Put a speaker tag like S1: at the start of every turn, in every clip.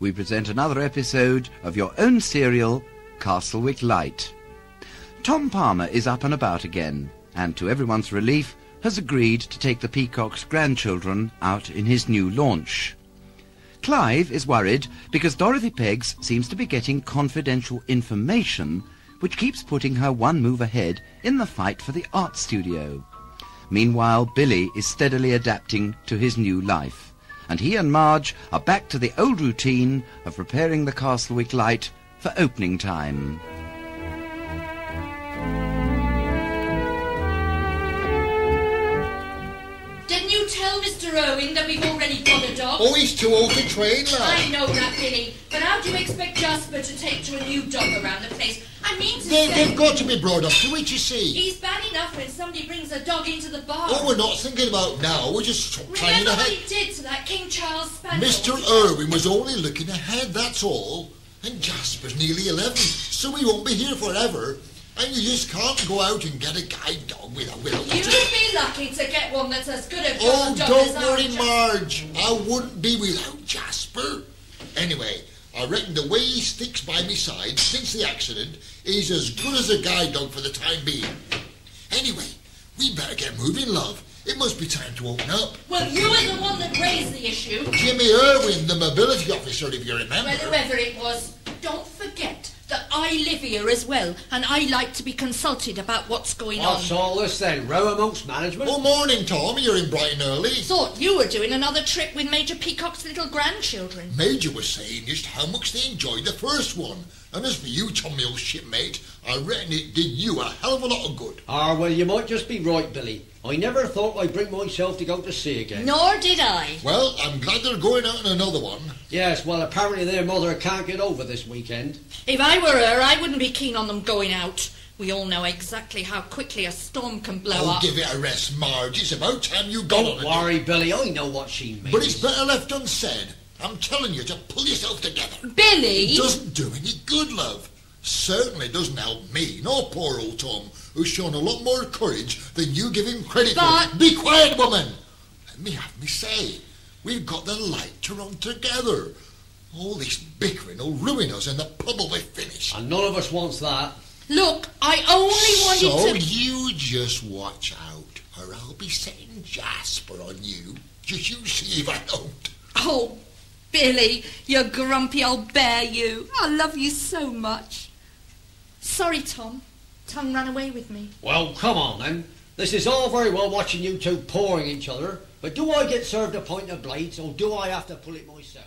S1: we present another episode of your own serial, Castlewick Light. Tom Palmer is up and about again, and to everyone's relief, has agreed to take the Peacock's grandchildren out in his new launch. Clive is worried because Dorothy Peggs seems to be getting confidential information which keeps putting her one move ahead in the fight for the art studio. Meanwhile, Billy is steadily adapting to his new life, and he and Marge are back to the old routine of preparing the Castlewick light for opening time.
S2: Didn't you tell Mr. Owen that we've already got a dog?
S3: Oh, he's too old to train,
S2: I
S3: love.
S2: know that, Billy. But how do you expect Jasper to take to a new dog around the place? I mean to
S3: They,
S2: say,
S3: they've got to be brought up to Oh, it, you see.
S2: he's bad enough when somebody brings a dog into the bar.
S3: What we're not thinking about now, we're just trying
S2: Remember what
S3: ahead.
S2: he did to that King Charles Spaniel?
S3: Mr. Irwin was only looking ahead, that's all. And Jasper's nearly 11, so he won't be here forever. And you just can't go out and get a guide dog without, without
S2: You'd be lucky to get one that's as good a
S3: Oh,
S2: dog
S3: don't
S2: as our
S3: worry,
S2: Jasper.
S3: Marge. I wouldn't be without Jasper. Anyway, I reckon the way he sticks by me side since the accident is as good as a guide dog for the time being. Anyway, we better get moving, love. It must be time to open up.
S2: Well, you were the one that raised the issue,
S3: Jimmy Irwin, the mobility officer, if you remember.
S2: well, whoever it was. Don't forget that I live here as well, and I like to be consulted about what's going on.
S4: What's all this then? Row amongst management?
S3: Oh, morning, Tom. You're in bright and early.
S2: Thought you were doing another trip with Major Peacock's little grandchildren.
S3: Major was saying just how much they enjoyed the first one. And as for you, Tommy, old shipmate, I reckon it did you a hell of a lot of good.
S4: Ah, well, you might just be right, Billy. I never thought I'd bring myself to go to sea again.
S2: Nor did I.
S3: Well, I'm glad they're going out on another one.
S4: Yes, well, apparently their mother can't get over this weekend.
S2: If I were her, I wouldn't be keen on them going out. We all know exactly how quickly a storm can blow
S3: Oh,
S2: up.
S3: give it a rest, Marge. It's about time you got
S4: Don't
S3: on it.
S4: worry, Billy. I know what she means.
S3: But it's better left unsaid. I'm telling you to pull yourself together.
S2: Billy!
S3: It doesn't do any good, love. Certainly doesn't help me, nor poor old Tom, who's shown a lot more courage than you give him credit for.
S2: But-
S3: Be quiet, woman! Let me have me say. We've got the light to run together. All this bickering will ruin us and the pub will be finished.
S4: And none of us wants that.
S2: Look, I only
S3: so
S2: wanted to.
S3: you just watch out, or I'll be setting Jasper on you. Just you see if I don't.
S2: Oh, Billy, you grumpy old bear, you. I love you so much. Sorry, Tom. Tongue ran away with me.
S4: Well, come on then. This is all very well watching you two pouring each other, but do I get served a pint of blades, or do I have to pull it myself?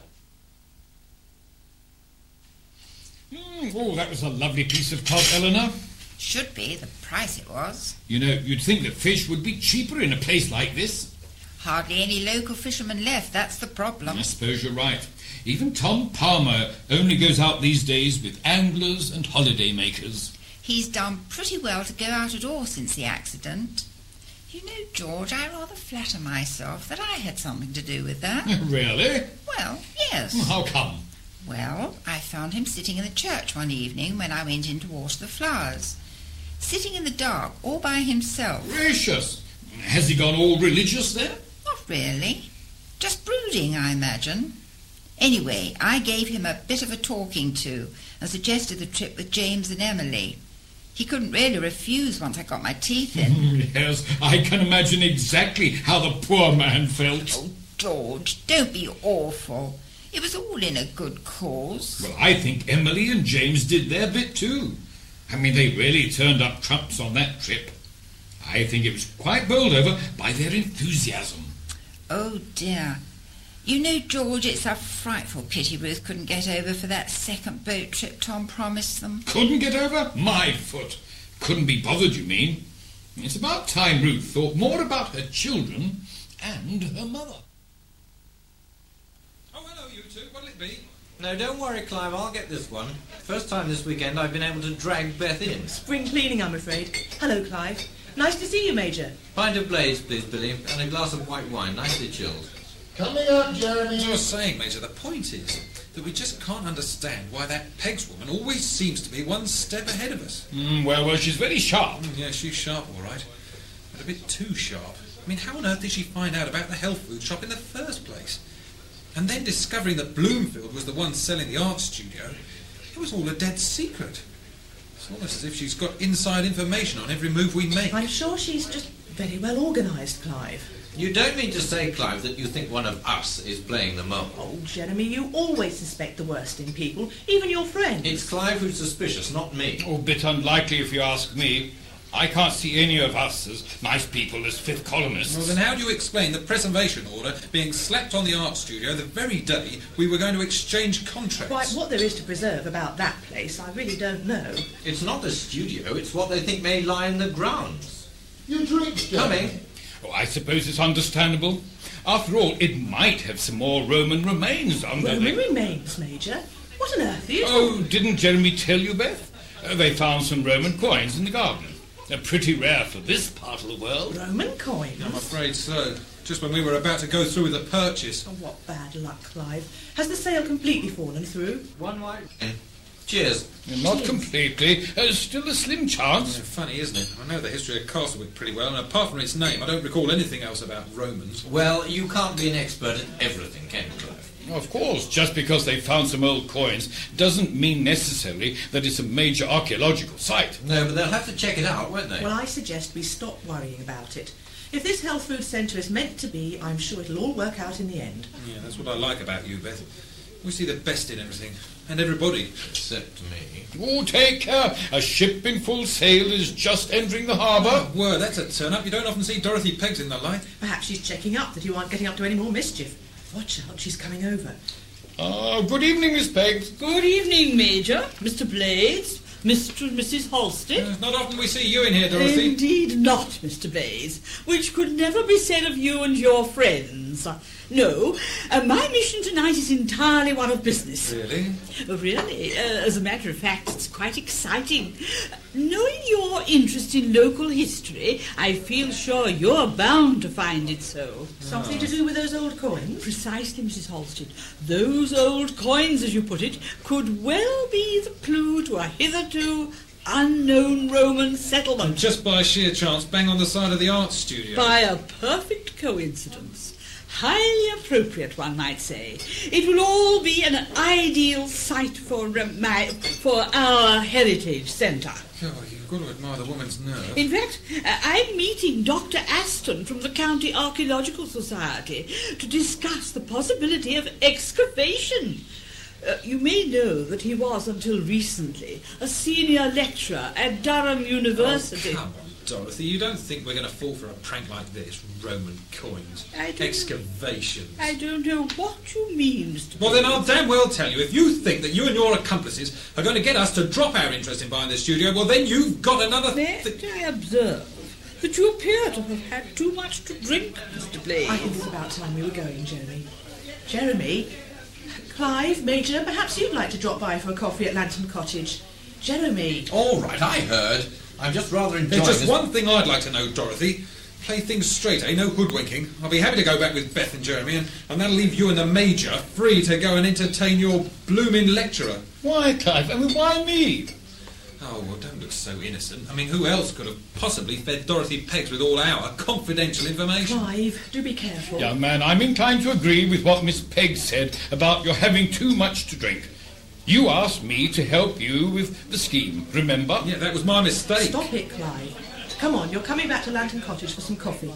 S5: Mm, oh, that was a lovely piece of cod, Eleanor.
S6: Should be, the price it was.
S5: You know, you'd think that fish would be cheaper in a place like this.
S6: Hardly any local fishermen left, that's the problem.
S5: I suppose you're right. Even Tom Palmer only goes out these days with anglers and holiday makers.
S6: He's done pretty well to go out at all since the accident. You know, George, I rather flatter myself that I had something to do with that.
S5: really?
S6: well,
S5: Well,
S6: yes.
S5: How come?
S6: Well, I found him sitting in the church one evening when I went in to water the flowers. Sitting in the dark, all by himself.
S5: Gracious! Has he gone all religious then?
S6: Not really. Just brooding, I imagine. Anyway, I gave him a bit of a talking to and suggested the trip with James and Emily. He couldn't really refuse once I got my teeth in.
S5: yes, I can imagine exactly how the poor man felt.
S6: oh, George, don't be awful. It was all in a good cause.
S5: Well, I think Emily and James did their bit too. I mean, they really turned up trumps on that trip. I think it was quite bowled over by their enthusiasm.
S6: Oh dear. You know, George, it's a frightful pity Ruth couldn't get over for that second boat trip Tom promised them.
S5: Couldn't get over? My foot. Couldn't be bothered, you mean? It's about time Ruth thought more about her children and her mother. Oh, hello, you two. What'll it be?
S7: No, don't worry, Clive. I'll get this one. First time this weekend I've been able to drag Beth in.
S8: Spring cleaning, I'm afraid. Hello, Clive. Nice to see you, Major.
S7: Pint of blaze, please, Billy, and a glass of white wine, nicely chilled.
S3: Coming up, Jeremy.
S9: As I was saying, Major, the point is that we just can't understand why that Peggs woman always seems to be one step ahead of us. Mm,
S5: Mm, well, well, she's very sharp.
S9: Yeah, she's sharp, all right, but a bit too sharp. I mean, how on earth did she find out about the health food shop in the first place? And then discovering that Bloomfield was the one selling the art studio, it was all a dead secret. It's almost as if she's got inside information on every move we make.
S8: I'm sure she's just very well organised, Clive.
S7: You don't mean to say, Clive, that you think one of us is playing the mole?
S8: Oh, Jeremy, you always suspect the worst in people, even your friends.
S7: It's Clive who's suspicious, not me.
S5: Oh, bit unlikely if you ask me. I can't see any of us as nice people as fifth columnists.
S9: Well, then how do you explain the preservation order being slapped on the art studio the very day we were going to exchange contracts?
S8: Quite what there is to preserve about that place, I really don't know.
S7: It's not the studio, it's what they think may lie in the grounds.
S3: Your drinks, Jeremy.
S7: Coming.
S5: Oh, I suppose it's understandable. After all, it might have some more Roman remains on the
S8: Roman remains, Major. What on earth are you?
S5: Oh, didn't Jeremy tell you, Beth? Uh, they found some Roman coins in the garden. They're pretty rare for this part of the world.
S8: Roman coins?
S9: I'm afraid so. Just when we were about to go through with the purchase.
S8: Oh, what bad luck, Clive. Has the sale completely fallen through?
S7: One white. Cheers.
S5: Not completely. Uh, still a slim chance.
S9: Yeah, funny, isn't it? I know the history of Castlewick pretty well, and apart from its name, I don't recall anything else about Romans.
S7: Well, you can't be an expert at everything, can you, Clive?
S5: Of course, just because they found some old coins doesn't mean necessarily that it's a major archaeological site.
S7: No, but they'll have to check it out, won't they?
S8: Well, I suggest we stop worrying about it. If this health food centre is meant to be, I'm sure it'll all work out in the end.
S9: Yeah, that's what I like about you, Beth. We see the best in everything, and everybody.
S7: Except me.
S5: Oh, take care! A ship in full sail is just entering the harbour.
S9: Word, that's a turn up. You don't often see Dorothy Peggs in the light.
S8: Perhaps she's checking up that you aren't getting up to any more mischief. Watch out, she's coming over.
S5: Ah, good evening, Miss Peggs.
S10: Good evening, Major, Mr. Blades, Mr. and Mrs. Halstead.
S9: It's Uh, not often we see you in here, Dorothy.
S10: Indeed not, Mr. Blades, which could never be said of you and your friends. No, uh, my mission tonight is entirely one of business.
S9: Really?
S10: Really, uh, as a matter of fact, it's quite exciting. Knowing your interest in local history, I feel sure you're bound to find it
S9: Ah.
S10: so.
S8: Something to do with those old coins?
S10: Precisely, Mrs. Halstead. Those old coins, as you put it, could well be the clue to a hitherto unknown Roman settlement
S9: Just by sheer chance, bang on the side of the art studio.
S10: by a perfect coincidence. Highly appropriate, one might say. It will all be an ideal site for um, my, for our heritage centre.
S9: Oh, you've got to admire the woman's nerve.
S10: In fact, uh, I'm meeting Dr. Aston from the County Archaeological Society to discuss the possibility of excavation. Uh, you may know that he was, until recently, a senior lecturer at Durham University.
S9: Oh, Come on, Dorothy, you don't think we're going to fall for a prank like this? Roman coins,
S10: I don't-
S9: excavations.
S10: I don't know what you mean, Mr.
S9: Well, then
S10: Bates.
S9: I'll damn well tell you. If you think that you and your accomplices are going to get us to drop our interest in buying this studio, well, then you've got another
S10: May
S9: thing.
S10: I observe that you appear to have had too much to drink, Mr. Blake?
S8: I think it's about time we were going, Jeremy. Jeremy? Clive, Major, perhaps you'd like to drop by for a coffee at Lantern Cottage. Jeremy,
S7: All right, I heard. I'm just rather enjoying
S9: There's just
S7: this.
S9: one thing I'd like to know, Dorothy. Play things straight, eh? No hoodwinking. I'll be happy to go back with Beth and Jeremy, and, and that'll leave you and the Major free to go and entertain your blooming lecturer.
S5: Why, Clive? I mean, why me?
S9: Oh, well, don't look so innocent. I mean, who else could have possibly fed Dorothy Peggs with all our confidential information?
S8: Clive, do be careful.
S5: Young man, I'm inclined to agree with what Miss Pegg said about your having too much to drink. You asked me to help you with the scheme, remember?
S9: Yeah, that was my mistake.
S8: Stop it, Clive. Come on, you're coming back to Lantern Cottage for some coffee.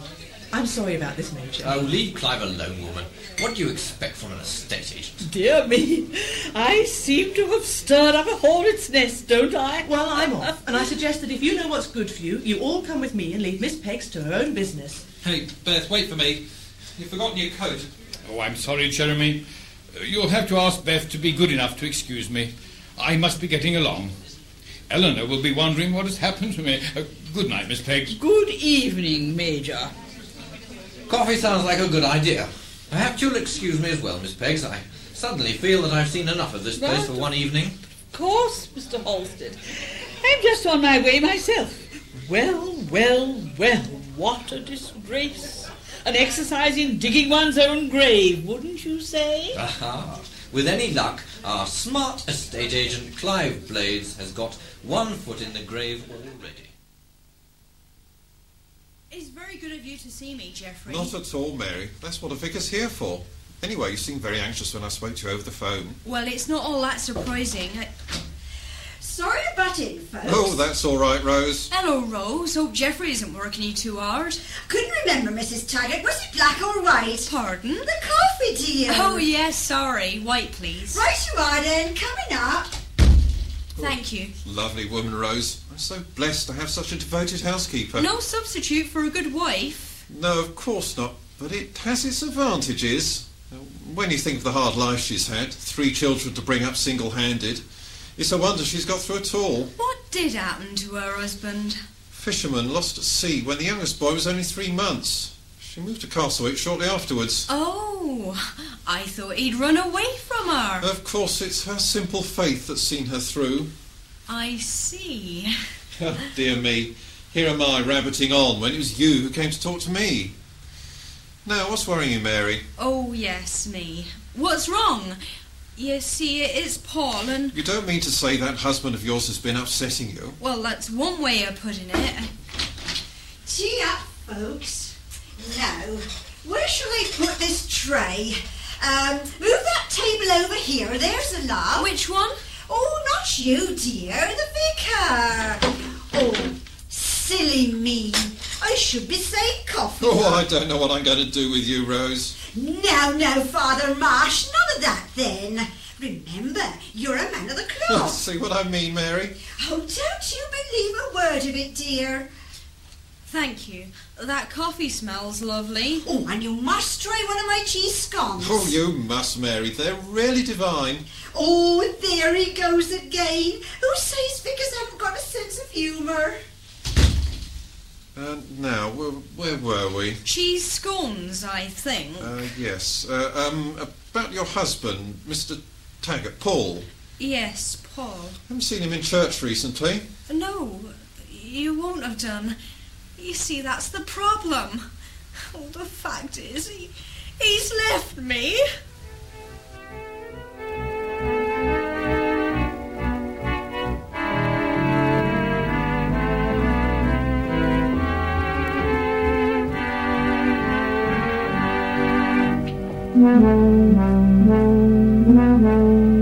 S8: I'm sorry about this, Major.
S7: Oh, leave Clive alone, woman. What do you expect from an estate agent?
S10: Dear me, I seem to have stirred up a hornet's nest, don't I?
S8: Well, I'm off, and I suggest that if you know what's good for you, you all come with me and leave Miss Peggs to her own business.
S9: Hey, Beth, wait for me. You've forgotten your coat.
S5: Oh, I'm sorry, Jeremy. Uh, You'll have to ask Beth to be good enough to excuse me. I must be getting along. Eleanor will be wondering what has happened to me. Uh, good night, Miss Pegg.
S10: Good evening, Major.
S7: Coffee sounds like a good idea. Perhaps you'll excuse me as well, Miss Peggs. I suddenly feel that I've seen enough of this place for one evening.
S10: Of course, Mr. Halstead. I'm just on my way myself. Well, well, well, what a disgrace. An exercise in digging one's own grave, wouldn't you say?
S7: Aha. Uh-huh. With any luck, our smart estate agent Clive Blades has got one foot in the grave already.
S2: It's very good of you to see me, Geoffrey.
S11: Not at all, Mary. That's what a vicar's here for. Anyway, you seemed very anxious when I spoke to you over the phone.
S12: Well, it's not all that surprising. I... Sorry about it, folks.
S11: Oh, that's all right, Rose.
S12: Hello, Rose. Hope Jeffrey isn't working you too hard.
S13: Couldn't remember, Mrs. Taggart. Was it black or white?
S12: Pardon?
S13: The coffee, dear.
S12: Oh, yes, sorry. White, please.
S13: Right you are then. Coming up.
S12: Thank you.
S11: Lovely woman, Rose. I'm so blessed to have such a devoted housekeeper.
S12: No substitute for a good wife.
S11: No, of course not. But it has its advantages. Uh, When you think of the hard life she's had, three children to bring up single-handed, it's a wonder she's got through at all.
S12: What did happen to her husband?
S11: Fisherman lost at sea when the youngest boy was only three months. She moved to Castlewick shortly afterwards.
S12: Oh, I thought he'd run away from her.
S11: Of course, it's her simple faith that's seen her through.
S12: I see.
S11: Oh, dear me. Here am I rabbiting on when it was you who came to talk to me. Now, what's worrying you, Mary?
S12: Oh, yes, me. What's wrong? You see, it's Paul, and,
S11: You don't mean to say that husband of yours has been upsetting you?
S12: well, that's one way of putting it.
S13: Gee up, folks. Now, where shall I put this tray? Um, move that table over here. There's a love.
S12: Which one?
S13: Oh, not you, dear. The vicar. Oh, silly me. I should be saying coffee.
S11: Oh, I don't know what I'm going to do with you, Rose.
S13: No, no, Father Marsh. None of that then. Remember, you're a man of the cloth.
S11: See what I mean, Mary?
S13: Oh, don't you believe a word of it, dear.
S12: Thank you. That coffee smells lovely.
S13: Oh, and you must try one of my cheese scones.
S11: Oh, you must, Mary. They're really divine.
S13: Oh, there he goes again. Who says vicars haven't got a sense of humour?
S11: Uh, now, where, where were we?
S12: Cheese scones, I think.
S11: Uh, yes. Uh, um, about your husband, Mr. Taggart, Paul.
S12: Yes, Paul.
S11: Haven't seen him in church recently.
S12: No, you won't have done. You see, that's the problem. Oh, the fact is, he, he's left me.
S14: Thank you.